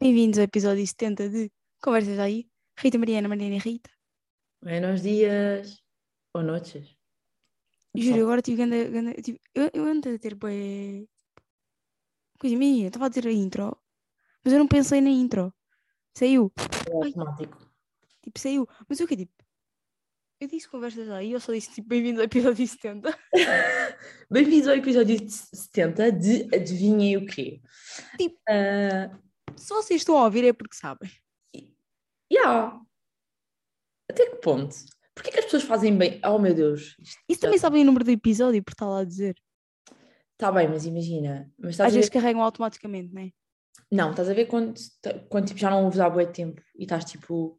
Bem-vindos ao episódio 70 de Conversas Aí, Rita Mariana, Mariana e Rita. Buenos dias ou noites. Juro, agora tive ganda, ganda- tive- eu, eu ando a ter bué... Coisa minha, estava a dizer a intro, mas eu não pensei na intro. Saiu, É automático. tipo, saiu. Mas eu que tipo... Eu disse Conversas Aí, eu só disse tipo, bem-vindos ao episódio 70. Bem-vindos ao episódio de 70 de Adivinhem o quê? Tipo- Ah, Se vocês estão a ouvir é porque sabem. yeah. Até que ponto? Porquê que as pessoas fazem bem? Oh meu Deus, E se também sabem o número do episódio, por estar lá a dizer. está bem, mas imagina. Mas estás Às a vezes ver... carregam automaticamente, não é? Não, estás a ver quando, quando tipo, já não ouves há bué tempo e estás tipo.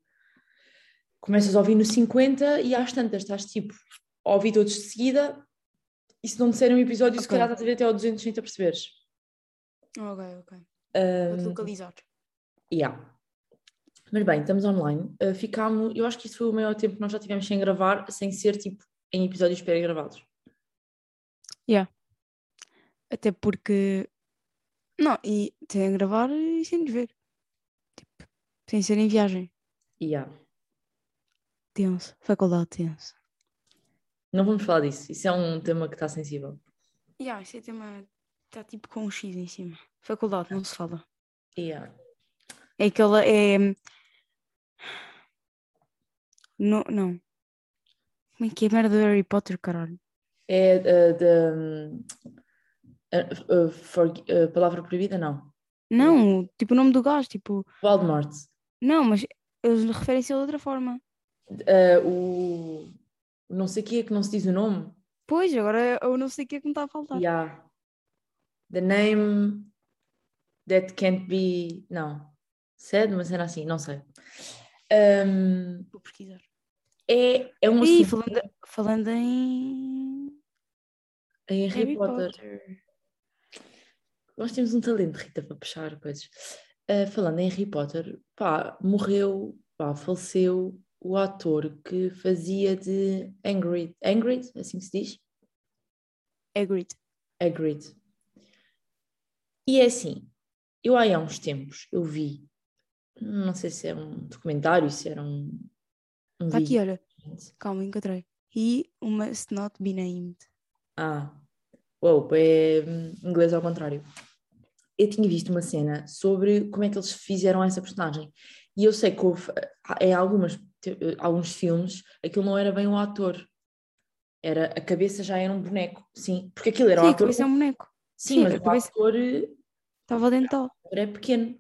Começas a ouvir no 50 e às tantas estás tipo a ouvir todos de seguida e se não disserem um episódio, se Ok. calhar estás a ver até ao 200 sem te aperceberes. Ok, ok. Ah, Vou-te localizar. Yeah. Mas bem, estamos online. Uh, ficámo- eu acho que isso foi o maior tempo que nós já tivemos sem gravar, sem ser tipo em episódios pré-gravados. Até porque. Não, e sem gravar e sem nos ver. Tipo, sem ser em viagem. Yeah. Tenso. Faculdade tenso. Não vamos falar disso, isso é um tema que está sensível. Yeah, esse tema está tipo com um X em cima. Faculdade, não se fala. Yeah. É aquela. É. Não, não. Como é que é a merda do Harry Potter, caralho? É uh, da. hum, uh, uh, forg- uh, palavra proibida? Não. Não, tipo o nome do gajo, tipo. Voldemort. Não, mas eles referem-se a outra forma. Uh, o. Não sei o que é que não se diz o nome. Pois, agora eu não sei o que é que me está a faltar. Yeah. The name that can't be. Não. Said, mas era assim, não sei. Um, Vou pesquisar. é, é um Ih, assunto falando, falando em. em Harry Harry Potter. Nós temos um talento, Rita, para puxar coisas. Uh, falando em Harry Potter, pá, morreu, pá, faleceu o ator que fazia de Hagrid, Hagrid, assim que se diz? Hagrid. Hagrid. E é assim, eu aí há uns tempos, eu vi, não sei se era um documentário, se era um, um Está Tá aqui, vídeo. olha. Calma, encontrei. E uma must not be named. Ah, uou, é hum, inglês ao contrário. Eu tinha visto uma cena sobre como é que eles fizeram essa personagem. E eu sei que houve, eh, em algumas, te- eh, alguns filmes aquilo não era bem um ator. Era, a cabeça já era um boneco, sim. Porque aquilo era um Sim, a ator. cabeça é um boneco. Sim, sim, mas a o cabeça- ator eh, Estava dental. é pequeno.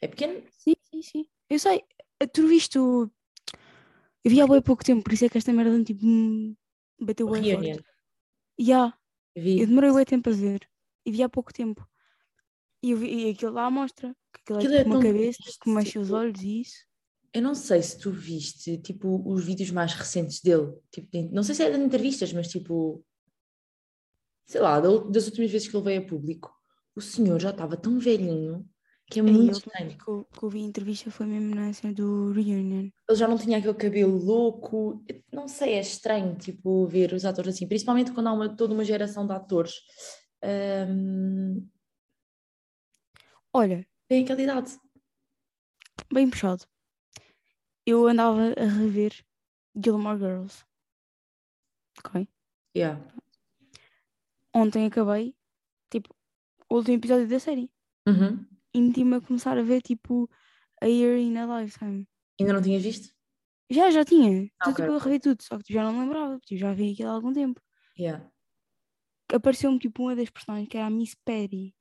É pequeno? Sim, sim, sim. Eu sei. Tu viste o... Eu vi há bem pouco tempo, por isso é que esta merda tipo, hum, bateu bem Reunion. forte. Já, Vi. eu demorei bem tempo a ver. E vi há pouco tempo. E eu vi e aquilo lá mostra. Que aquilo, Aquilo é é tipo uma tão cabeça triste, que mexe os tipo- olhos e isso. Eu não sei se tu viste, tipo, os vídeos mais recentes dele. Tipo, de- não sei se é de entrevistas, mas tipo... Sei lá, da ul- das últimas vezes que ele veio a público, o senhor já estava tão velhinho que é Aí, muito eu- estranho. Que eu, que eu vi em entrevista foi mesmo na cena do Reunion. Ele já não tinha aquele cabelo louco. Eu Não sei, é estranho, tipo, ver os atores assim. Principalmente quando há uma, toda uma geração de atores. hum, Olha, tem aquela idade. bem puxado. Eu andava a rever Gilmore Girls. Ok. Yeah. Ontem acabei, tipo, o último episódio da série. Uhum. E meti-me a começar a ver, tipo, A Year in a Lifetime. Ainda não tinhas visto? Já, já tinha. Ah, Tudo ok, que eu revi tudo, só que tu já não lembrava, porque eu já vi aquilo há algum tempo. Yeah. Apareceu-me, tipo, uma das personagens, que era a Miss Patty.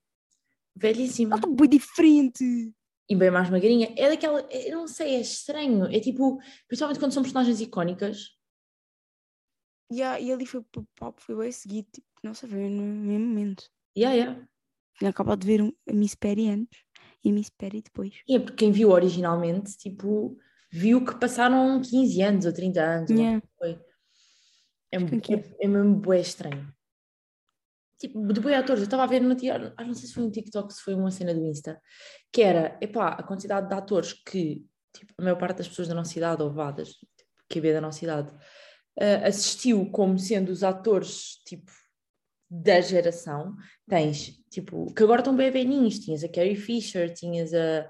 Ela Velhíssima. está bem diferente! e bem mais magrinha. É daquela, eu não sei, é estranho. É tipo, principalmente quando são personagens icónicas. E a- e ali foi pro pop, foi bem seguido, tipo, não se vê no mesmo momento. Yeah, yeah. Tinha acabado de ver um, a Miss Patty antes. e Miss Perry depois. E é porque quem viu originalmente, tipo, viu que passaram 15 anos ou 30 anos. ou Yeah. É, um- Tranquilo. é, é mesmo bué estranho. Tipo, de bué atores, eu estava a ver no TikTok, ah, não sei se foi um TikTok, se foi uma cena do Insta, que era, epá, a quantidade de atores que, tipo, a maior parte das pessoas da nossa idade, ou vadas, tipo, que é da nossa idade, ah, assistiu como sendo os atores, tipo, da geração, tens, tipo, que agora estão bem velhinhos, tinhas a Carrie Fisher, tinhas a...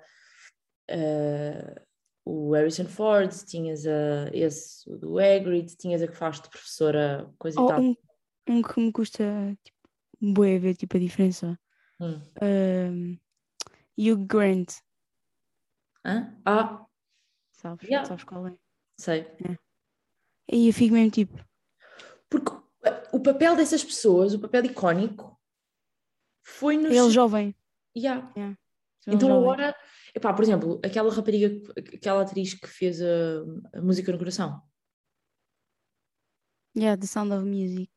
a- o Harrison Ford, tinhas a, esse o do Hagrid, tinhas a que faz de professora, coisa e Ou tal. um, um que me custa tipo, bué ver tipo, a diferença. Hum. Ahm, Hugh Grant, Hã? Ah, sabes? Yeah. Sabes qual é? sei. E eu fico mesmo tipo, Porque eh, o papel dessas pessoas, o papel icónico, foi nos. ele jovem. Yeah. ele Então jovem. agora, epá, por exemplo, aquela rapariga, que- aquela atriz que fez a, a música no coração. Yeah, The Sound of Music,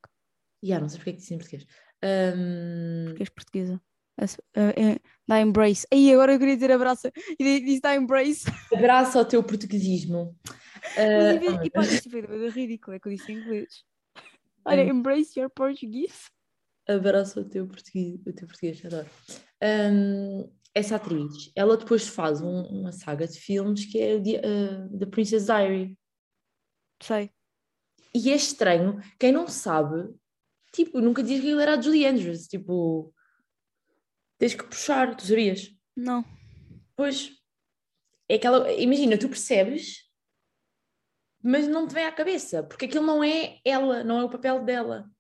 Yeah, não sei porque é que disse em português. Ahm, que és portuguesa. A se- a- a- Da Embrace. Aí agora eu queria dizer abraça e disse da Embrace. abraço ao teu portuguesismo. Mas, Ah, em vez- e pá, isto foi uma coisa ridícula, é que eu disse em inglês. Olha, Hum. embrace your Portuguese. Ah, Abraço o teu português, o teu português adoro. Hum, essa atriz, ela depois faz um- uma saga de filmes que é o Di- ah, The Princess Diary. Sei. E é estranho, quem não sabe, tipo, nunca diz que ele era a Julie Andrews. Tipo, tens que puxar, tu sabias? Não. Pois, é aquela. Imagina, tu percebes, mas não te vem à cabeça, porque aquilo não é ela, não é o papel dela.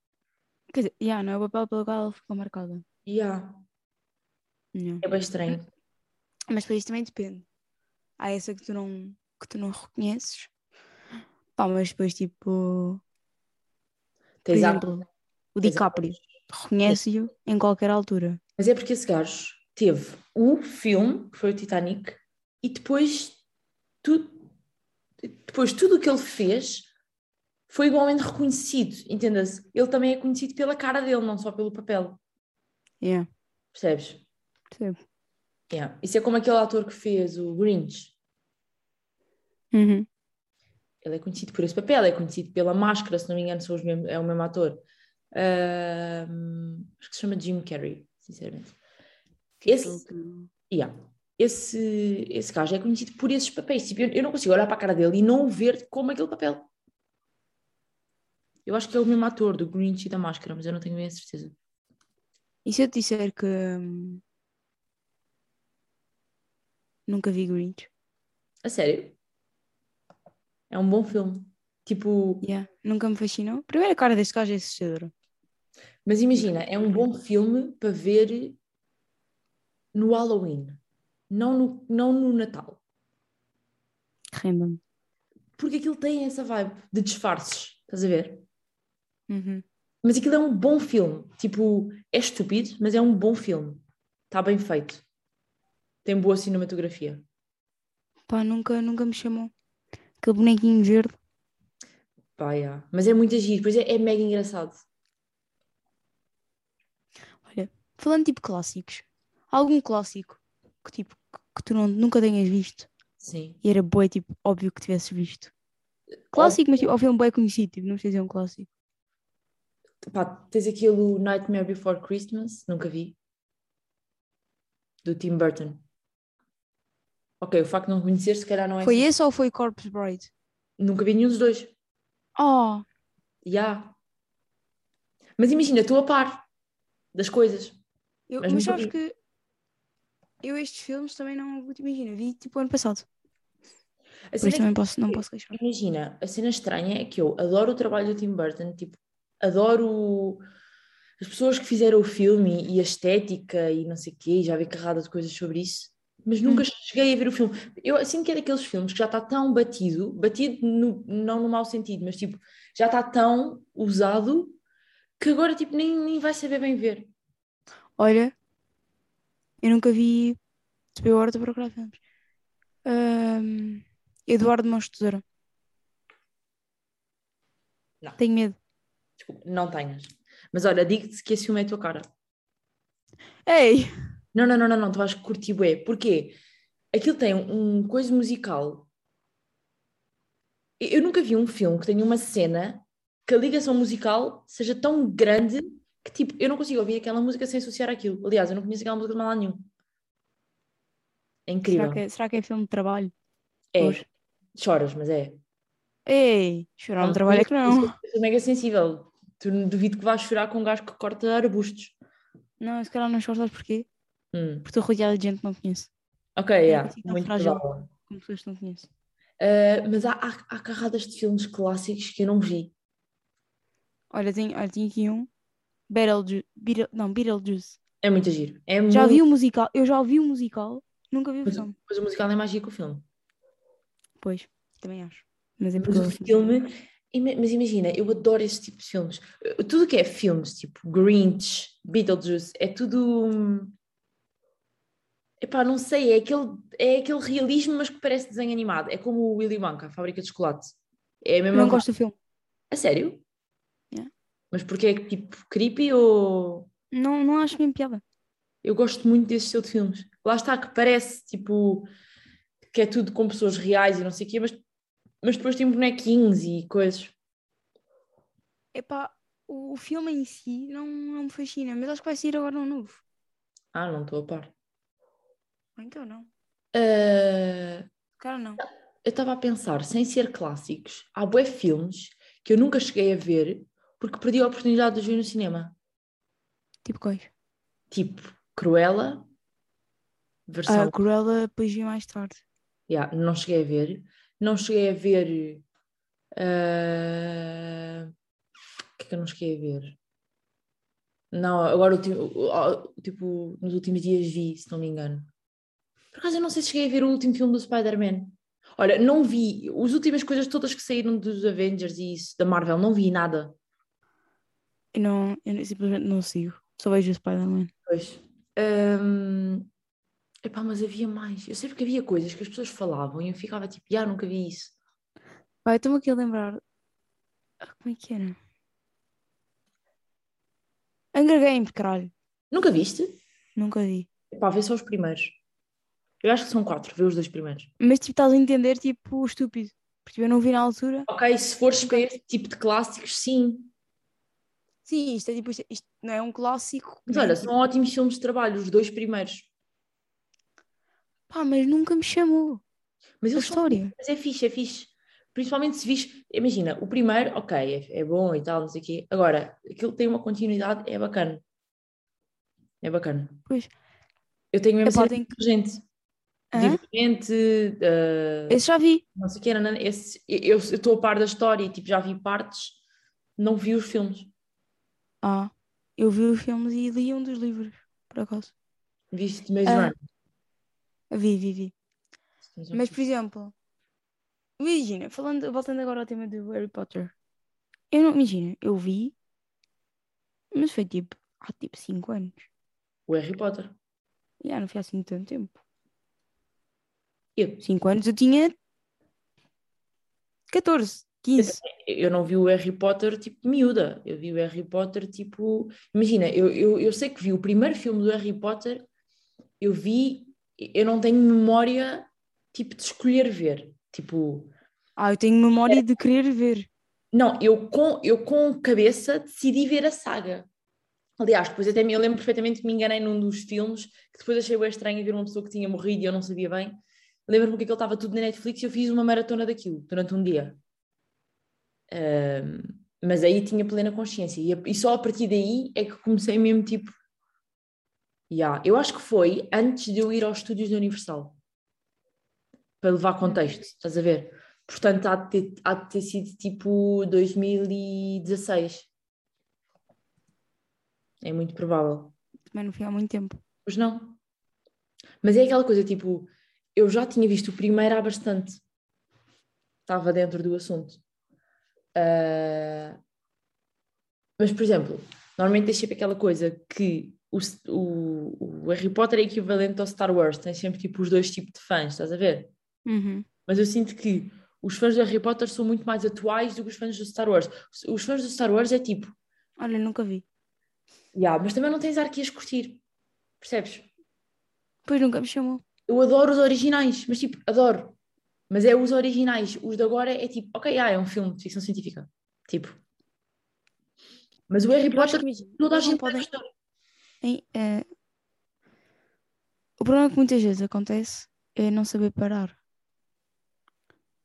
Quer dizer, yeah, não é o papel pelo qual ela ficou marcada. Yeah, Yeah. é bem estranho. Mas para isso também depende. Há essa que tu não, que tu não reconheces. Pá, mas depois, tipo, por Tens a- exemplo, o tens a- DiCaprio. Reconhece-o em qualquer altura. Mas é porque esse gajo teve o filme, que foi o Titanic, e depois, tu, depois tudo o que ele fez foi igualmente reconhecido, entenda-se. Ele também é conhecido pela cara dele, não só pelo papel, Yeah, percebes? percebo. Yeah. Isso é como aquele ator que fez o Grinch. Uhum. Ele é conhecido por esse papel, é conhecido pela máscara, se não me engano, são os mesmos- é o mesmo ator. Ahm, acho que se chama Jim Carrey, sinceramente. Esse- Yeah. Esse, esse gajo é conhecido por esses papéis. Tipo, eu, eu não consigo olhar para a cara dele e não o ver como aquele papel. Eu acho que é o mesmo ator do Grinch e da Máscara, mas eu não tenho bem a certeza. E se eu te disser que. hum, nunca vi Grinch? A sério. É um bom filme. Tipo, Yeah, nunca me fascinou. Primeiro, a cara deste gajo é assustadora. mas imagina, é um bom filme para ver no Halloween, não no, não no Natal. Renda-me. Porque aquilo tem essa vibe de disfarces, estás a ver? Uhum. Mas aquilo é um bom filme. Tipo, é estúpido, mas é um bom filme. Está bem feito. Tem boa cinematografia. Pá, nunca, nunca me chamou. Aquele bonequinho verde. Pá, yeah. Mas é muito agir, pois é, é mega engraçado. Falando tipo clássicos, algum clássico que tipo que- que tu não- nunca tenhas visto Sim. e era bué, tipo, óbvio que tivesses visto. Clássico, mas tipo, ao filme bué conhecido, tipo, não precisa dizer um clássico. Pá, tens aquele o Nightmare Before Christmas, nunca vi. Do Tim Burton. Ok, o facto de não conhecer, se calhar não é. Foi assim. esse ou foi Corpse Bride? Nunca vi nenhum dos dois. Oh, Yeah. Mas imagina, estou a par das coisas. eu, Mas mas, nunca sabes vi. que eu estes filmes também não, imagina, vi tipo ano passado. A Por cena é isso que- também posso, não posso queixar. Imagina, a cena estranha é que eu adoro o trabalho do Tim Burton, tipo, adoro as pessoas que fizeram o filme e a estética e não sei o quê, e já vi carrada de coisas sobre isso, mas nunca cheguei a ver o filme. Eu assim que é daqueles filmes que já está tão batido, batido no- não no mau sentido, mas tipo, já está tão usado que agora tipo nem, nem vai saber bem ver. Olha, eu nunca vi. tipo, Subiu a hora de procurar filmes. Ahm, Eduardo Mãos de Tesoura. Não. Tenho medo. Tipo, Desculpa, não tenhas. Mas olha, digo-te que esse filme é a tua cara. Ei! Não, não, não, não, não, tu vais curtir bué. Porquê? Aquilo tem um coisa musical. Eu eu nunca vi um filme que tenha uma cena que a ligação musical seja tão grande que tipo, eu não consigo ouvir aquela música sem associar aquilo. Aliás, eu não conheço aquela música de mal a nenhum. É incrível. Será que, é- será que é filme de trabalho? É. Pois. Choras, mas é. Ei, chorar no trabalho é que não. Sou mega sensível. Tu não duvido que vais chorar com um gajo que corta arbustos. Não, eu se calhar não choro, sabes porquê? Hum. Porque estou rodeada de gente que não conheço. Ok, yeah. consigo tão muito É frágil. provável. Com pessoas que não conheço. Uh, mas há, há, há carradas de filmes clássicos que eu não vi. Olha, tenho, olha, tenho aqui um. Beetlejuice. Beetle, não, Beetlejuice. É muito giro. É Já muito... vi o musical. Eu já ouvi o musical. Nunca vi o Mas- filme. Mas o musical é mais giro que o filme. Pois, também acho. Mas é Mas porque eu o gosto. filme. ima- Mas imagina, eu adoro esse tipo de filmes. Eh, Tudo que é filmes, tipo Grinch, Beetlejuice, é tudo. hum, Epá, não sei, é aquele, é aquele realismo, mas que parece desenho animado. É como o Willy Wonka, a fábrica de chocolate. É a Eu mesma. não vibe. gosto do filme. A sério? Yeah. Mas porque é tipo creepy ou. Não, não acho mesmo piada. Eu gosto muito desse estilo de filmes. Lá está, que parece tipo que é tudo com pessoas reais e não sei o quê, mas, mas depois tem bonequinhos e coisas. Epá, o, o filme em si não, não me fascina. Mas acho que vai sair agora um novo. Ah, não estou a par. Ou Então não. Ah, Cara, não. eu estava a pensar, sem ser clássicos, há bué filmes que eu nunca cheguei a ver porque perdi a oportunidade de os ver no cinema. Tipo coisa. Tipo, Cruella, versão... A Cruella depois vi mais tarde. Yeah, não cheguei a ver. Não cheguei a ver... ah, O que é que eu não cheguei a ver? Não, agora, ulti- o- o- tipo, nos últimos dias vi, se não me engano. Por acaso, eu não sei se cheguei a ver o último filme do Spider-Man. Olha, não vi. As últimas coisas todas que saíram dos Avengers e isso, da Marvel, não vi nada. Eu, não, eu simplesmente não sigo. Só vejo o Spider-Man. Pois. Hum, Epá, mas havia mais. Eu sei porque havia coisas que as pessoas falavam e eu ficava tipo, ah, nunca vi isso. Pá, eu estou-me aqui a lembrar. Ah, como é que era? Hunger Games, caralho. Nunca viste? Nunca vi. Epá, vê só os primeiros. Eu acho que são quatro, vê os dois primeiros. Mas tipo, estás a entender, tipo, o estúpido. Porque eu não vi na altura. Ok, se fores para este tipo de clássicos, sim. Sim, isto é tipo, isto, isto não é um clássico. Mas não é olha, um- são ótimos filmes de trabalho, os dois primeiros. Pá, mas nunca me chamou. Mas A eles são história. Mas é fixe, é fixe. Principalmente se vis, imagina, o primeiro, ok, é, é bom e tal, não sei o quê. Agora, aquilo tem uma continuidade, é bacana. É bacana. Pois. Eu tenho mesmo Epá, cena eu tenho de gente. Hã? Divergente, ah, Esse já vi. não sei o quê, nanana. Esse- eu eu estou a par da história e tipo, já vi partes, não vi os filmes. Ah, eu vi os filmes e li um dos livros, por acaso. Viste Maze Ah, Runner. Vi, vi, vi. Mas, Mas, por exemplo, imagina, falando, voltando agora ao tema do Harry Potter. Eu não, imagina, eu vi, mas foi tipo, há tipo 5 anos. O Harry Potter. Já não foi assim tanto tempo. Eu, 5 anos eu tinha 14, 15. eu não vi o Harry Potter tipo miúda. Eu vi o Harry Potter tipo. Imagina, eu, eu, eu sei que vi o primeiro filme do Harry Potter, eu vi. Eu não tenho memória tipo de escolher ver. Tipo. Ah, eu tenho memória de querer ver. Não, eu com, eu com cabeça decidi ver a saga. Aliás, depois até me, eu lembro perfeitamente que me enganei num dos filmes, que depois achei bem estranho ver uma pessoa que tinha morrido e eu não sabia bem. Lembro-me que aquilo estava tudo na Netflix e eu fiz uma maratona daquilo durante um dia. Ahm, mas aí tinha plena consciência e, a- e só a partir daí é que comecei mesmo tipo. Yeah. Eu acho que foi antes de eu ir aos estúdios da Universal para levar contexto, estás a ver? Portanto, há de ter, há de ter sido tipo 2016. É muito provável. Também não foi há muito tempo. Pois não. Mas é aquela coisa tipo, eu já tinha visto o primeiro há bastante. Estava dentro do assunto. Ah, Mas, por exemplo, normalmente deixa para aquela coisa que o, s- o, o Harry Potter é equivalente ao Star Wars. Tem sempre tipo os dois tipos de fãs, estás a ver? Uhum. mas eu sinto que os fãs do Harry Potter são muito mais atuais do que os fãs do Star Wars. Os- Os fãs do Star Wars é tipo, Olha, nunca vi. "Ya, mas também não tens ar que ias curtir, percebes? Depois nunca me chamou. Eu adoro os originais, mas tipo, adoro. Mas é os originais. Os de agora é tipo, ok, ah, é um filme de ficção científica. Tipo. Mas o Harry Eu acho Potter, que imagina, toda a eles não gente vai podem- gostar. em, eh, O problema que muitas vezes acontece é não saber parar.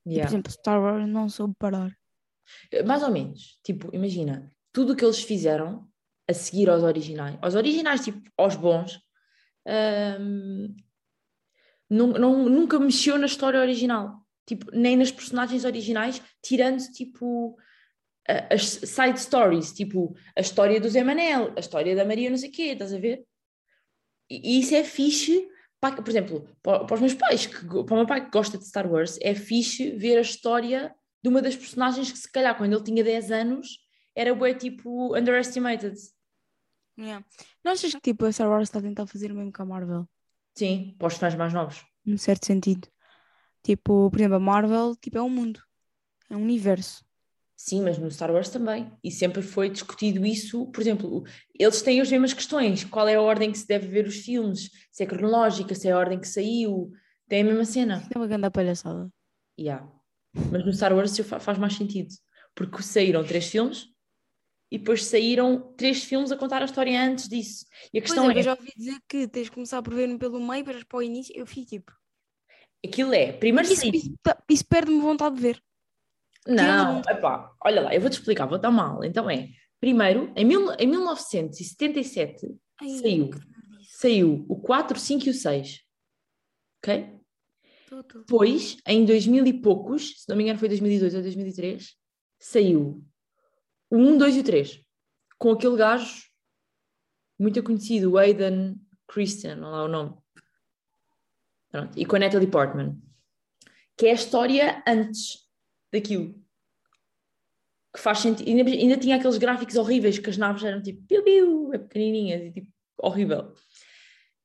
E, Yeah. Por exemplo, Star Wars não soube parar. Eh, Mais ou menos. Tipo, imagina, tudo o que eles fizeram a seguir aos originais, aos originais, tipo, aos bons, hum, nu- nu- nunca mexeu na história original. Tipo, nem nas personagens originais, tirando, tipo, a- as side stories, tipo, a história do Zé Manel, a história da Maria não sei o quê, estás a ver? E, e isso é fixe, para, por exemplo, para, para os meus pais, que, go- para o meu pai que gosta de Star Wars, é fixe ver a história de uma das personagens que se calhar quando ele tinha 10 anos era bué tipo underestimated. Não achas que tipo, a Star Wars está a tentar fazer o mesmo que a Marvel? Sim, para os fãs mais novos. Num certo sentido. Tipo, por exemplo, a Marvel tipo, é um mundo. É um universo. Sim, mas no Star Wars também. E sempre foi discutido isso. Por exemplo, o- eles têm as mesmas questões. Qual é a ordem que se deve ver os filmes? Se é cronológica, se é a ordem que saiu. Tem a mesma cena. É uma grande palhaçada. Yeah. Mas no Star Wars isso fa- faz mais sentido. Porque saíram três filmes e depois saíram três filmes a contar a história antes disso. E a Pois questão é, é, eu já ouvi dizer que tens de começar por ver pelo meio para para o início. Eu fico tipo. aquilo é, primeiro Isso, saíram- isso, tá, isso perde-me vontade de ver. Não, Tirando- epá, olha lá, eu vou-te explicar, vou dar mal. Então é, primeiro, em, mil, em 1977 Ai, saiu, saiu o 4, 5 e o 6, ok? tô, tô. Depois, em 2000 e poucos, se não me engano foi 2002 ou 2003, saiu o 1, 2 e o 3, com aquele gajo muito conhecido, o Aidan Christian, não lá o nome. Pronto, e com a Natalie Portman, que é a história antes daquilo. Que faz sentido. Ainda, ainda tinha aqueles gráficos horríveis que as naves eram tipo piu-piu, pequenininhas e tipo horrível.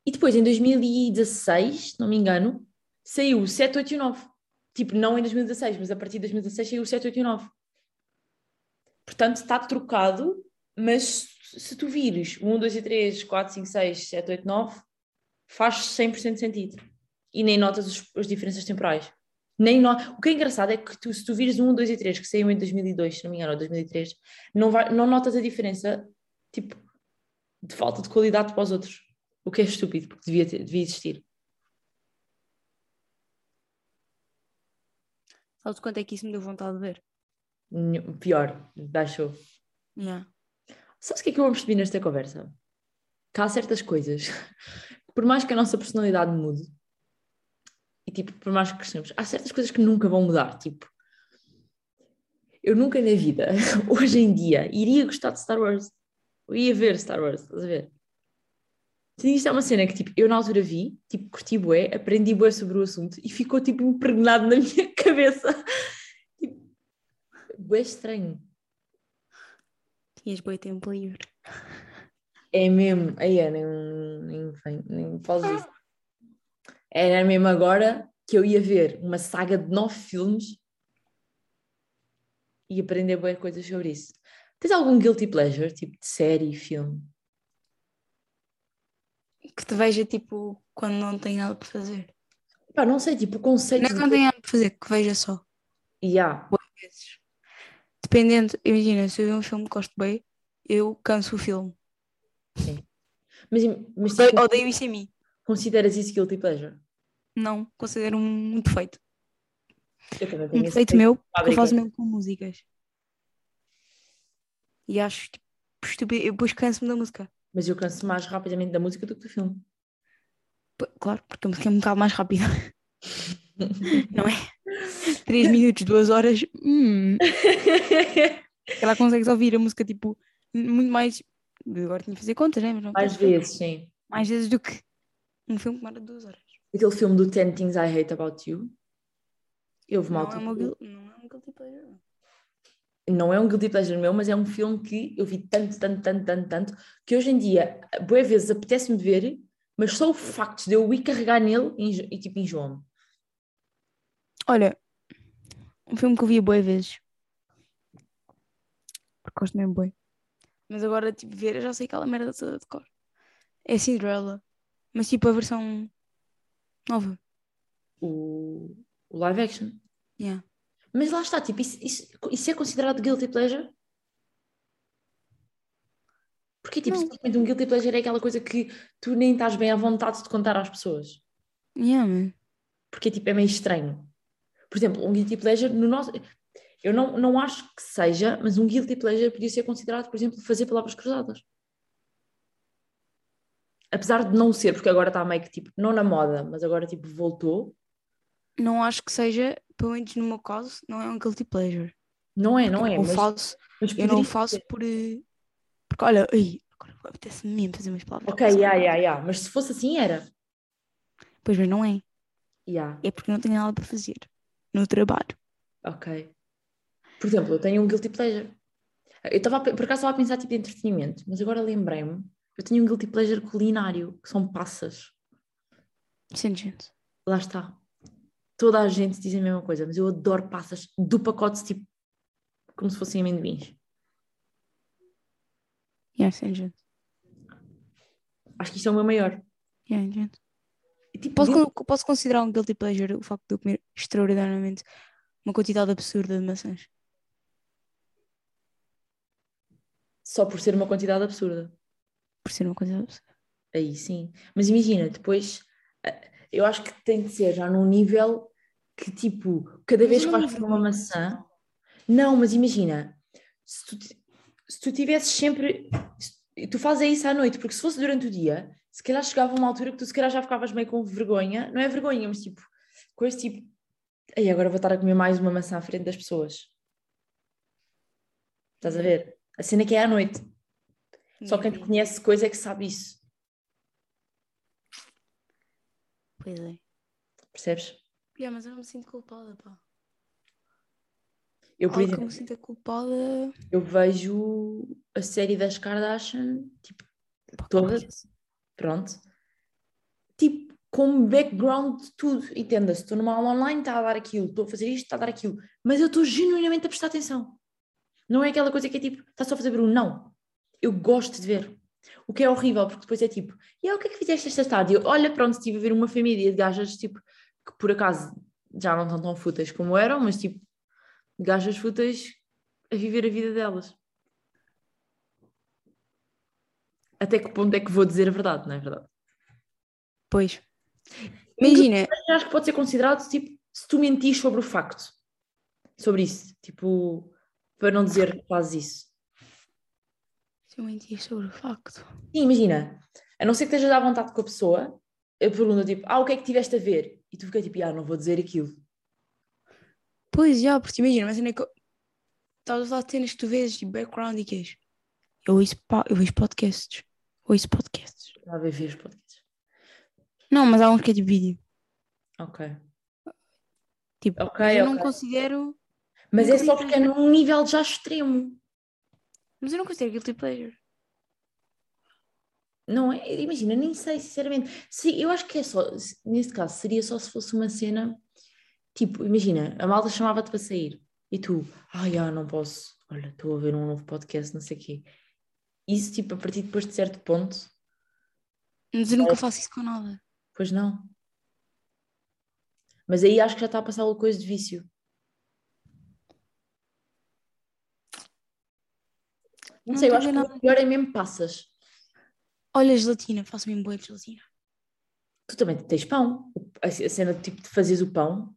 E depois, em 2016, se não me engano, saiu o 789. Tipo, não em 2016, mas a partir de 2016 saiu o 789. Portanto, está trocado, mas se tu vires o 1, 2 e 3, 4, 5, 6, 7, 8, 9, faz 100% sentido. E nem notas os- as diferenças temporais. Nem no... O que é engraçado é que tu, se tu vires o 1, 2 e 3, que saiu em 2002, se não me engano, ou 2003, não, vai, não notas a diferença, tipo, de falta de qualidade para os outros. O que é estúpido, porque devia, ter- devia existir. Sabes quanto é que isso me deu vontade de ver? Nenhum- Pior, baixou. Sabes o que é que eu me percebi nesta conversa? Que há certas coisas, por mais que a nossa personalidade mude, e tipo, por mais que cresçamos, há certas coisas que nunca vão mudar. Tipo, eu nunca na vida, hoje em dia, iria gostar de Star Wars. Eu ia ver Star Wars, estás a ver? Sim, isto é uma cena que tipo, eu na altura vi, tipo, curti bué, aprendi bué sobre o assunto e ficou tipo impregnado na minha cabeça. Tipo, bué estranho. Tinhas boi tempo livre. É mesmo. Aí é, nem, nem, vem- nem falo disso. Era mesmo agora que eu ia ver uma saga de nove filmes e aprender boas coisas sobre isso. Tens algum guilty pleasure, tipo de série, filme? Que te veja tipo quando não tem nada para fazer. Pá, não sei, tipo o conceito. Não é que não de... tem nada para fazer, que veja só. Yeah. vezes. Dependendo, imagina, se eu ver um filme que gosto bem, eu canso o filme. Mas, mas Odeio, tipo, odeio isso em mim. consideras isso guilty pleasure? Não, considero um, um defeito. Eu também Um tenho esse é defeito meu, porque eu fábrica. faço mesmo com músicas. E acho tipo, estúpido, eu depois canso-me da música. Mas eu canso mais rapidamente da música do que do filme. P- Claro, porque a música é um bocado mais rápida. Não é? 3 minutos, 2 horas. Hum. Ela consegues ouvir a música tipo muito mais. eu Agora tinha que fazer contas, né? Mas não Mais tenho- vezes, sim. mais vezes do que um filme que demora 2 horas. Aquele filme do Ten Things I Hate About You. Eu vou Não malta. é, que- uma, guil- não é um guilty pleasure. não. não é um guilty pleasure meu, mas é um filme que eu vi tanto, tanto, tanto, tanto, tanto, que hoje em dia, boas vezes, apetece-me ver, mas só o facto de eu ir carregar nele enjo- e tipo enjoa-me. Olha, um filme que eu vi boa vezes. Porque gosto mesmo boi. Mas agora, tipo, ver, eu já sei aquela merda toda de cor. É Cinderella. Mas tipo a versão Nova. o, o live action. Yeah. Mas lá está, tipo, isso, isso, isso é considerado guilty pleasure? Porque, tipo, Não. simplesmente um guilty pleasure é aquela coisa que tu nem estás bem à vontade de contar às pessoas. Yeah, man. Porque, tipo, é meio estranho. Por exemplo, um guilty pleasure no nosso... Eu não, não acho que seja, mas um guilty pleasure podia ser considerado, por exemplo, fazer palavras cruzadas. Apesar de não ser, porque agora está meio que, tipo, não na moda, mas agora, tipo, voltou. Não acho que seja, pelo menos no meu caso, não é um guilty pleasure. Tipo, Não é, não é. eu mas- faço, mas eu não poderia o faço ser. por. eh, Porque olha, ai, agora apetece mesmo fazer umas palavras. Ok, yeah, yeah, yeah. Mas se fosse assim, era. Pois bem, não é. Yeah, É porque não tenho nada para fazer no trabalho. ok. Por exemplo, eu tenho um guilty pleasure. Eu estava, a pe- por acaso, estava a pensar tipo de entretenimento, mas agora lembrei-me. Eu tenho um guilty pleasure culinário, que são passas. Sendo gente. Lá está. Toda a gente diz a mesma coisa, mas eu adoro passas do pacote, tipo, como se fossem amendoins. Yeah, sendo gente. Acho que isto é o meu maior. Yeah, é gente. E, tipo, Posso, guilty- con- posso considerar um guilty pleasure o facto de eu comer extraordinariamente uma quantidade absurda de maçãs? Só por ser uma quantidade absurda. Por ser uma coisa absurda. Aí sim. Mas imagina, depois eh, eu acho que tem de ser já num nível que tipo, cada Mas vez eu que não vais me comer uma maçã. Não, mas imagina, se tu, ti- se tu tivesses sempre. se- e Tu fazes isso à noite, porque se fosse durante o dia, se calhar chegava uma altura que tu se calhar já ficavas meio com vergonha. Não é vergonha, mas tipo, com esse tipo. Aí agora vou estar a comer mais uma maçã à frente das pessoas. Estás a ver? A cena que é à noite. Só quem te Yeah, conhece coisa é que sabe isso. Pois é. Percebes? Yeah, mas eu não me sinto culpada, pá. Eu, Algo por que eu exemplo, me sinto culpada. eu vejo a série das Kardashian, tipo, pá, Toda? coisa. assim. pronto, tipo, com background de tudo. Entenda-se, estou numa aula online, está a dar aquilo, estou a fazer isto, está a dar aquilo, mas eu estou genuinamente a prestar atenção. Não é aquela coisa que é tipo, está só a fazer barulho, não. Eu gosto de ver. O que é horrível, porque depois é tipo, e ah, o que é que fizeste esta tarde? E eu, olha, pronto, estive a ver uma família de gajas, tipo, que por acaso já não estão tão fúteis como eram, mas tipo, gajas fúteis a viver a vida delas. Até que ponto é que vou dizer a verdade, não é verdade? Pois. Imagina, Eu acho que pode ser considerado, tipo, se tu mentis sobre o facto. Sobre isso. Tipo, para não dizer que fazes isso. se eu mentir sobre o facto. Sim, imagina. A não ser que estejas à vontade com a pessoa, eu pergunto, tipo, ah, o que é que tiveste a ver? E tu fica tipo, ah, não vou dizer aquilo. Pois, já, porque imagina, mas ainda que eu... Estás a falar de cenas que tu vês de background e queijo. Eu ouço, pa- eu ouço podcasts. Ouço podcasts. Lá vai ver os podcasts. Não, mas há uns que é de vídeo. Ok. Tipo, Ok, eu não ok. considero... Mas é nunca só vi porque é num nível já extremo. Mas eu não considero guilty pleasure. Não é? Imagina, nem sei, sinceramente. Se, eu acho que é só, se- nesse caso, seria só se fosse uma cena tipo, imagina, a malta chamava-te para sair e tu, ai, ah, não posso, olha, estou a ver um novo podcast, não sei o quê. Isso, tipo, a partir depois de certo ponto, Mas eu nunca faço isso com nada. pois não. Mas aí acho que já está a passar uma coisa de vício. Não, Não sei, eu estou a acho ver que o nada. pior é mesmo passas. Olha, gelatina. Faço mesmo boa de gelatina. Tu também tens pão. O- A a cena tipo de fazeres o pão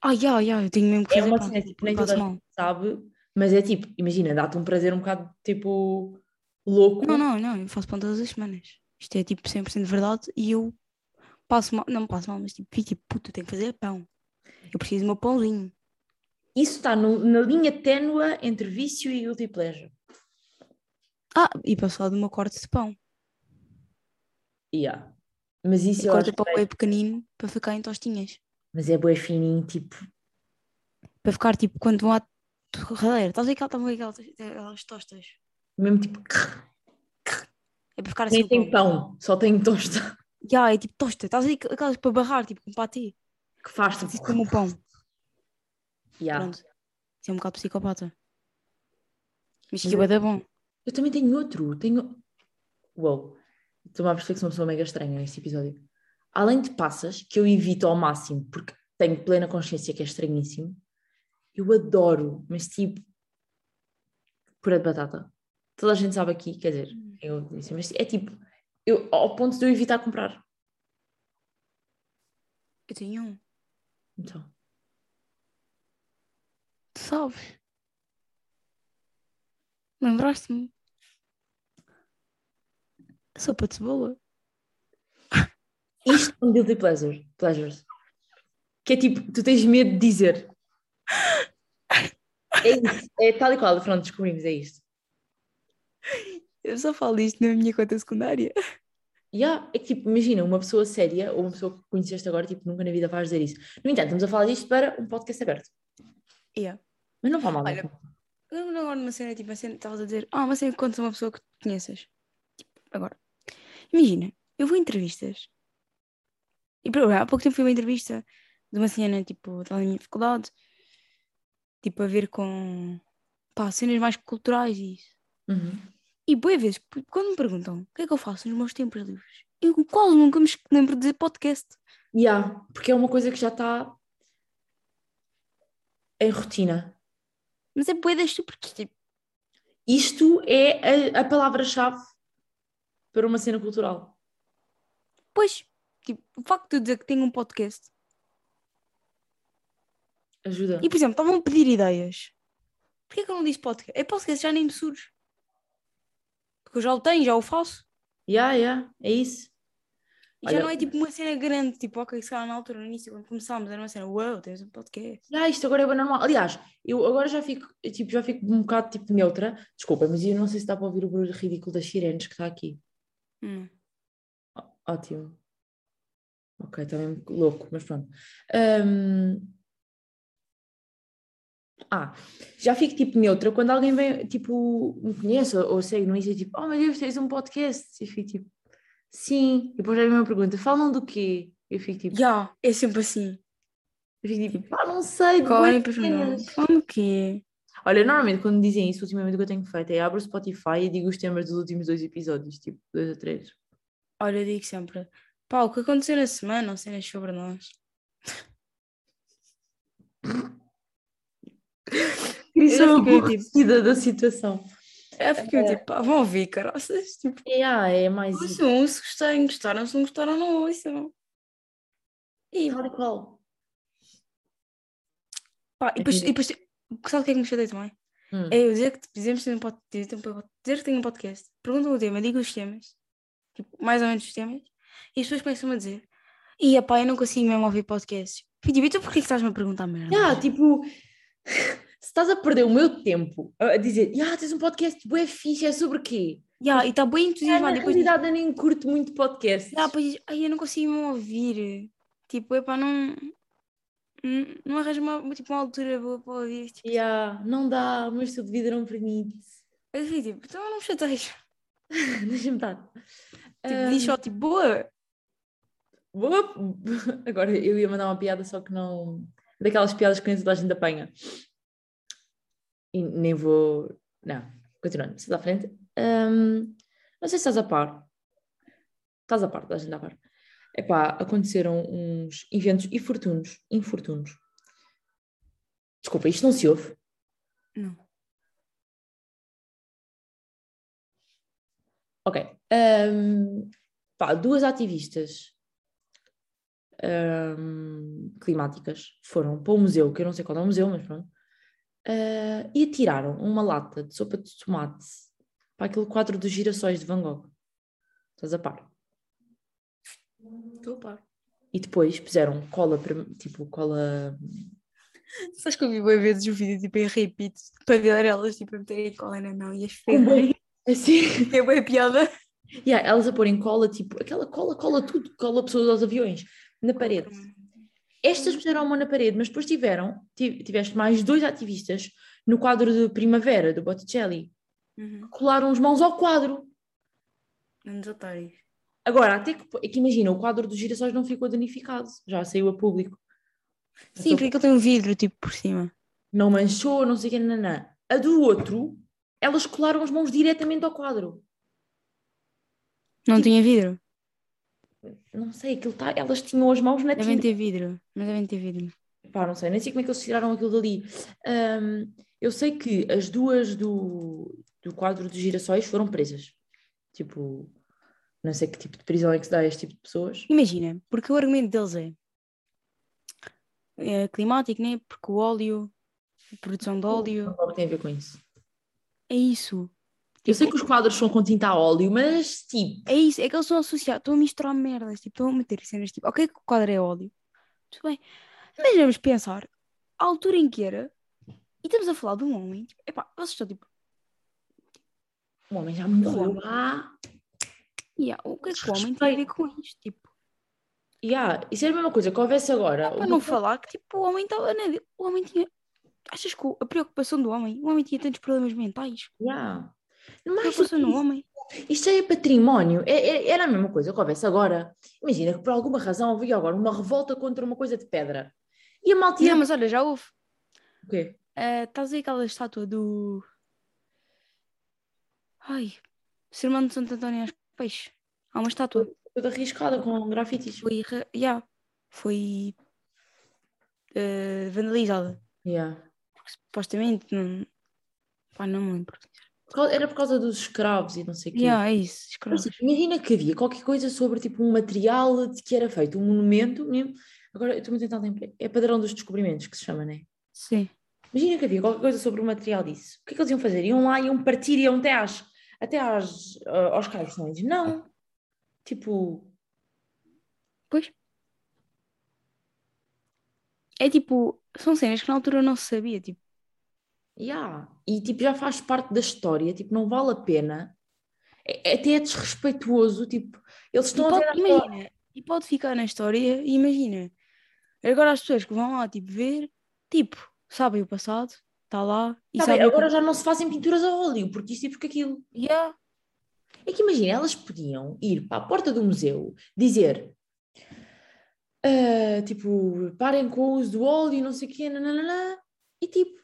Ah, já, já. Eu tenho mesmo que É fazer uma pão, cena, tipo, porque nem faço toda a mal. sabe? Mas é tipo, imagina, dá-te um prazer um bocado tipo louco. Não, não, não. Eu faço pão todas as semanas. Isto é tipo 100% verdade e eu passo mal. Não passo mal, mas tipo, fico tipo, puto, eu tenho que fazer pão. Eu preciso do meu pãozinho. Isso está no- na linha ténua entre vício e guilty pleasure. Ah, e posso falar do meu corte de pão. Yeah. Mas isso Eu eu corto acho o pão que é, bem pequenino para ficar em tostinhas. mas é bué fininho, tipo, Para ficar tipo, quando vão à torradeira. Estás a ver aquela- estão a ver aquelas, aquelas tostas? mesmo tipo, É para ficar assim nem o tem pão. pão, só tem tosta Já, é tipo tosta. Estás a ver aquelas para barrar, tipo com patê. que faz Isso Assim tipo. como o pão. Yeah. Pronto. Isso é um bocado psicopata. Mas Mas que é bom. Eu também tenho outro, tenho. Uou, estou-me a perceber que sou uma pessoa mega estranha neste episódio. além de passas, que eu evito ao máximo, porque tenho plena consciência que é estranhíssimo, eu adoro, mas tipo, purê de batata. Toda a gente sabe aqui, quer dizer, eu disse, mas é tipo, eu, ao ponto de eu evitar comprar. Eu tenho um. Então, Tu sabes? Lembraste-me? Sopa de cebola. isto é um guilty pleasure, pleasures. Que é tipo, tu tens medo de dizer. É isso, é tal e qual, pronto, descobrimos, é isto. Eu só falo isto na minha conta secundária. Yeah, é que tipo, imagina, uma pessoa séria ou uma pessoa que conheceste agora, tipo, nunca na vida vais dizer isso. No entanto, estamos a falar disto para um podcast aberto. Yeah. Mas não é? faz mal. Olha, Lembro-me agora de uma cena, tipo, uma cena que estavas a dizer, ah, uma cena que contas a uma pessoa que tu conheças. Tipo, agora. Imagina, eu vou a entrevistas. E por há pouco tempo fui a uma entrevista de uma cena, tipo, da minha faculdade. Tipo, a ver com, pá, cenas mais culturais e isso. Uhum. E boas vezes, p- quando me perguntam o que é que eu faço nos meus tempos livres, eu quase nunca me es- lembro de dizer podcast. Yeah, porque é uma coisa que já está em rotina. Mas é boedas porque tipo, Isto é a, a palavra-chave para uma cena cultural. pois, tipo, o facto de eu dizer que tenho um podcast. Ajuda. E por exemplo, estavam a pedir ideias. Porquê que eu não disse podcast? É podcast já nem me surge. Porque eu já o tenho, já o faço. Yeah, yeah, é isso. E Olha- já não é tipo uma cena grande, tipo, ok, se calhar na altura, no início, quando começámos, era uma cena, uau, tens um podcast. Yeah, isto agora é bem normal. Aliás, eu agora já fico, eu, tipo, já fico um bocado tipo neutra. Desculpa, mas eu não sei se dá para ouvir o barulho ridículo das sirenes que está aqui. Hum. Ótimo. Ok, está mesmo louco, mas pronto. Ahm. Ah, já fico tipo neutra quando alguém vem, tipo, me conhece ou, ou segue no Insta, tipo, oh meu Deus, tens um podcast. E fico tipo, sim. E depois já vem uma pergunta, falam do quê? Eu fico tipo, Já, é sempre assim. eu fico, tipo pá, não sei. de Correm boas para não. cenas." Como que é? Olha, normalmente quando dizem isso, ultimamente o que eu tenho feito é abro o Spotify e digo os temas dos últimos dois episódios, tipo, dois ou três. é? Olha, eu digo sempre, pá, o que aconteceu na semana, ou cenas sobre nós. Isso Eu é uma fiquei, boa recida da situação. Eu fiquei tipo, pá, vão ouvir, caroças, tipo. É, ah, é mais isso. Ouçam, se gostarem, gostaram, se não gostaram, não ouçam. E, Tal e qual. pá, e depois, e depois sabe o que é que me chatei também? Hum. É eu dizer que dizemos que tem um podcast, dizer que tem um podcast, perguntam o tema, digam os temas, tipo, mais ou menos os temas, e as pessoas começam a dizer, e pá, eu não consigo mesmo ouvir podcasts. Fui tipo, e tu porquê que estás-me a perguntar merda? Ah, tipo, se estás a perder o meu tempo a a dizer, ah, tens um podcast, bué fixe, é sobre quê? Ya, e está bem Ah, na entusiasmado, e depois diz, Ah, realidade eu nem curto muito podcast. "Ya, depois diz, ai, eu não consigo mesmo ouvir, tipo, epá, não... não- Não arranjo uma, tipo, uma altura boa para ouvir. Tipo, não dá, mas tudo vida não permite. Eu fiquei tipo, então não me chateias. Deixa-me Ah, estar. Um, Tipo, diz só, tipo, boa. Boa! Agora eu ia mandar uma piada, só que não. Daquelas piadas que nem toda a gente apanha. E nem vou. Não, continuando, estás à frente. Hum, não sei se estás a par. Estás a par, toda a gente a par. Epá, aconteceram uns eventos infortunos. Infortunos. Desculpa, isto não se ouve. Não. Ok. Hum, pá, duas ativistas hum, climáticas foram para o museu, que eu não sei qual é o museu, mas pronto, ah, e atiraram uma lata de sopa de tomate para aquele quadro dos girassóis de Van Gogh. Estás a par? Estou a par. E depois puseram cola, perm- tipo, cola. Sabes que eu vi boas vezes o vídeo, tipo, em repeat, para ver elas, tipo, a meterem cola na mão e as Como ferrarem. Assim. É boa piada. Yeah, elas a porem cola, tipo, aquela cola, cola tudo, cola pessoas aos aviões, na parede. Estas puseram uma na parede, mas depois tiveram, ti- tiveste mais dois ativistas no quadro de Primavera, do Botticelli, Uhum. colaram as mãos ao quadro. Anos otários. Agora, até que, é que imagina, o quadro dos girassóis não ficou danificado, já saiu a público. Então, Sim, porque ele tem um vidro, tipo, por cima. Não manchou, não sei o que, nanã. A do outro, elas colaram as mãos diretamente ao quadro. Não tinha vidro. Não sei, aquilo tá, elas tinham as mãos na Devem tinta. ter vidro. Mas devem ter vidro. Pá, não sei, nem sei como é que eles tiraram aquilo dali. Ahm, eu sei que as duas do, do quadro dos girassóis foram presas. Tipo, não sei que tipo de prisão é que se dá a este tipo de pessoas. Imagina, porque o argumento deles é, é climático, né? Porque o óleo, a produção de Não óleo, sei o que tem a ver com isso. é isso. Eu sei que os quadros são com tinta a óleo, mas tipo, É isso, é que eles estão associados, estão a misturar merdas, tipo, estão a meter cenas tipo, ok, que o quadro é óleo. Muito bem. Mas vamos pensar, a altura em que era, e estamos a falar de um homem, tipo, epá, vocês estão tipo, o um homem já morreu há yeah, o que é que o homem tem a ver com isto? Tipo, Ya, isso era a mesma coisa que houvesse agora. para Ah, não falar que tipo, o homem estava na dele, o homem tinha. Achas que o- a preocupação do homem, o homem tinha tantos problemas mentais, Ya. a Mais do preocupação que do homem. isso, isto já é património. É- é- era a mesma coisa que houvesse agora. Imagina que por alguma razão havia agora uma revolta contra uma coisa de pedra. E a malta ia. Não, mas olha, já houve. O quê? Ah, Estás a ver aquela estátua do. Ai, Sermão de Santo António aos Peixes. Há uma estátua. Toda arriscada com grafites. Foi. ra- Yeah, foi. ah, vandalizada. Ya. Porque supostamente. Não... Pá, não me lembro. Por causa- Era por causa dos escravos e não sei o quê. Yeah, é isso, Mas, escravos. tipo, imagina que havia qualquer coisa sobre tipo um material de que era feito, um monumento mesmo. Agora eu estou-me a tentar lembrar. É padrão dos descobrimentos que se chama, não é? Sim. Imagina que havia qualquer coisa sobre o material disso. O que é que eles iam fazer? Iam lá, iam partir, iam até, às, até às, ah, aos calções. Não. Tipo, Pois. É tipo. São cenas que na altura eu não se sabia. Tipo, yeah. E tipo, já faz parte da história. Tipo, não vale a pena. É, é- até é desrespeituoso. Tipo, eles E estão a pode- ver a tua- Então, imagina, e pode ficar na história, e imagina. Agora as pessoas que vão lá tipo ver, tipo, sabem o passado, está lá e Sabe, sabem o que- Tá agora já não se fazem pinturas a óleo, porque isto e porque aquilo. Yeah. É que imagina, elas podiam ir para a porta do museu dizer ah, tipo, parem com o uso do óleo, não sei o quê, nananana, e tipo,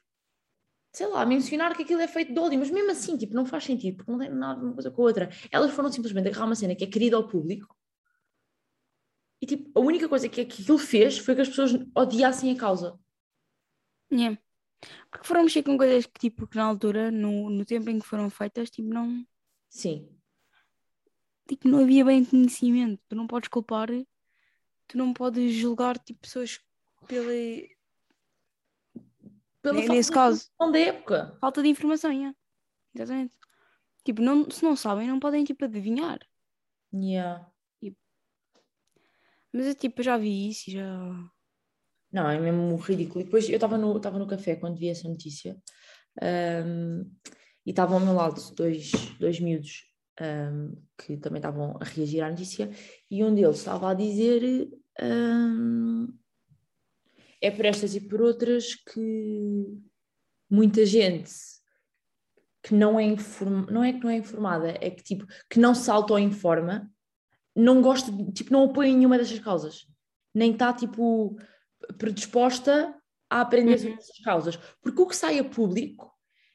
sei lá, mencionar que aquilo é feito de óleo, mas mesmo assim, tipo, não faz sentido, porque não tem nada uma coisa com a outra. Elas foram simplesmente agarrar uma cena que é querida ao público e tipo, a única coisa que aquilo fez foi que as pessoas odiassem a causa. Yeah. Porque foram mexer com coisas que, tipo, que na altura, no, no tempo em que foram feitas, tipo, não, Sim. tipo, não havia bem conhecimento. Tu não podes culpar, tu não podes julgar tipo, pessoas pela, Pela Ne- falta nesse de caso. informação da época. falta de informação. Yeah. Exatamente. Tipo, não, se não sabem, não podem tipo, adivinhar. Yeah. Mas eu tipo, já vi isso e já. Não, é mesmo ridículo. E depois eu estava no, estava no café quando vi essa notícia ahm, e estavam ao meu lado dois, dois miúdos ahm, que também estavam a reagir à notícia e um deles estava a dizer ahm, é por estas e por outras que muita gente que não é inform... não é que não é informada, é que tipo, que não se autoinforma, não gosta, de- tipo, não apoia nenhuma destas causas. Nem está tipo predisposta a aprender sobre essas causas. Porque o que sai a público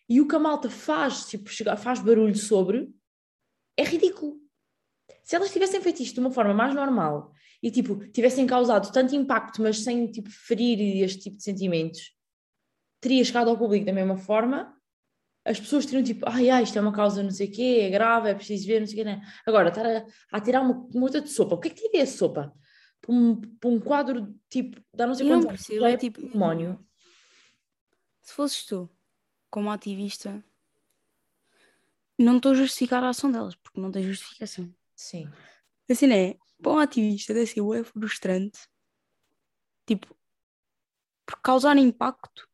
e o que a malta faz, tipo, chega- faz barulho sobre, é ridículo. Se elas tivessem feito isto de uma forma mais normal e, tipo, tivessem causado tanto impacto, mas sem, tipo, ferir este tipo de sentimentos, teria chegado ao público da mesma forma, as pessoas teriam, tipo, ai, ai, isto é uma causa não sei o quê, é grave, é preciso ver, não sei o quê, né? Agora, estar a, a tirar uma, uma outra de sopa, o que é que tira a sopa? Para um, para um quadro, tipo, dá não sei Eu não quantos anos, percebo, já é é tipo- património. Se fosses tu, como ativista, não estou a justificar a ação delas, porque não tem justificação. Sim. Assim é, para um ativista deve ser bué frustrante, tipo, por causar impacto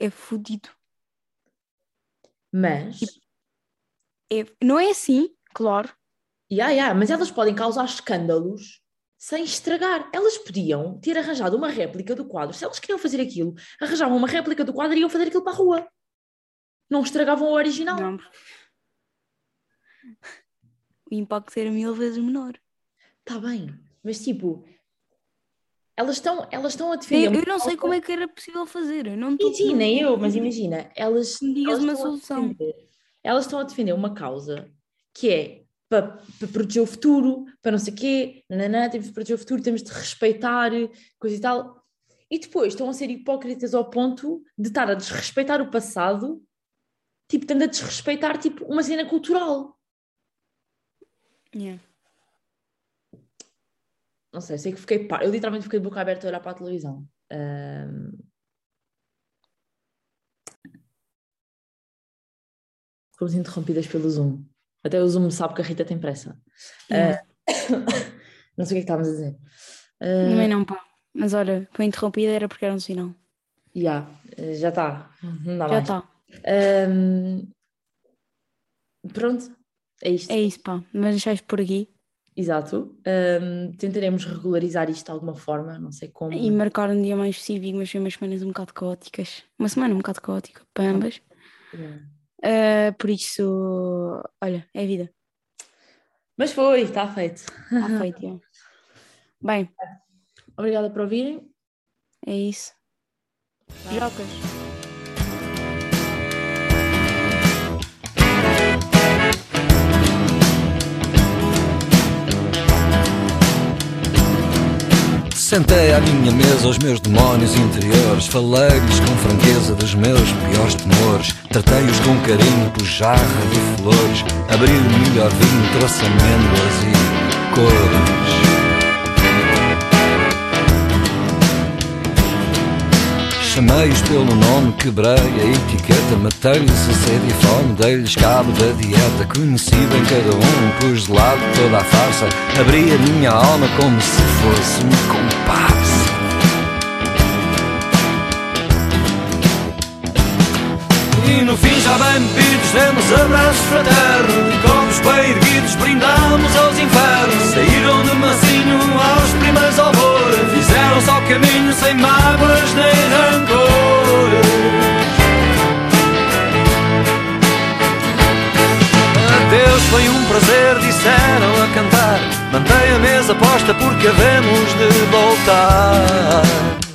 é fodido. Mas, É, não é assim, claro. Ya, ya, ah, mas elas podem causar escândalos sem estragar. Elas podiam ter arranjado uma réplica do quadro. Se elas queriam fazer aquilo, arranjavam uma réplica do quadro e iam fazer aquilo para a rua. Não estragavam o original. Não. O impacto era mil vezes menor. Está Tá bem. Mas tipo, elas estão elas estão a defender. Eu, uma eu não sei causa- como é que era possível fazer. Eu não tô- Sim, sim, nem eu, mas imagina, elas, Me digas elas uma estão a solução. defender- elas estão a defender uma causa que é para, para proteger o futuro, para não sei o quê, nananã, temos de proteger o futuro, temos de respeitar, coisa e tal. E depois estão a ser hipócritas ao ponto de estar a desrespeitar o passado, tipo, estando a desrespeitar tipo, uma cena cultural. Yeah. Não sei, sei que fiquei par... Eu literalmente fiquei de boca aberta a olhar para a televisão. Ahm. Fomos interrompidas pelo Zoom. Até o Zoom sabe que a Rita tem pressa. É. Ah, Yeah. Não sei o que é que estávamos a dizer. Ah, Também não, é pá. Mas olha, foi interrompida era porque era um sinal. Yeah, já está. Não dá Já tá. mais. está. Ahm, Pronto, é isto. É isso, pá. Mas deixais por aqui Exato. Ahm, tentaremos regularizar isto de alguma forma, não sei como. e marcar um dia mais específico, mas foi umas semanas um bocado caóticas. Uma semana um bocado caótica para ambas. Yeah. Ah, por isso, olha, é vida. Mas foi, está feito. Está feito. yeah. Bem, Obrigada por ouvirem. é isso. Jocas. Sentei à minha mesa os meus demónios interiores. Falei-lhes com franqueza dos meus piores temores. Tratei-os com carinho por jarra de flores. Abri o melhor vinho, trouxe amêndoas e cores. Chamei-os pelo nome, quebrei a etiqueta, matei-lhes a sede e fome, dei-lhes cabo da dieta, conheci bem cada um, pus de lado toda a farsa, abri a minha alma como se fosse um compasso. E no fim já bem bebidos demos abraços fraternos E copos bem erguidos brindamos aos infernos Saíram de mansinho aos primeiros albores Fizeram só caminho sem mágoas nem rancores Adeus foi um prazer, disseram a cantar Mantei a mesa posta porque havemos de voltar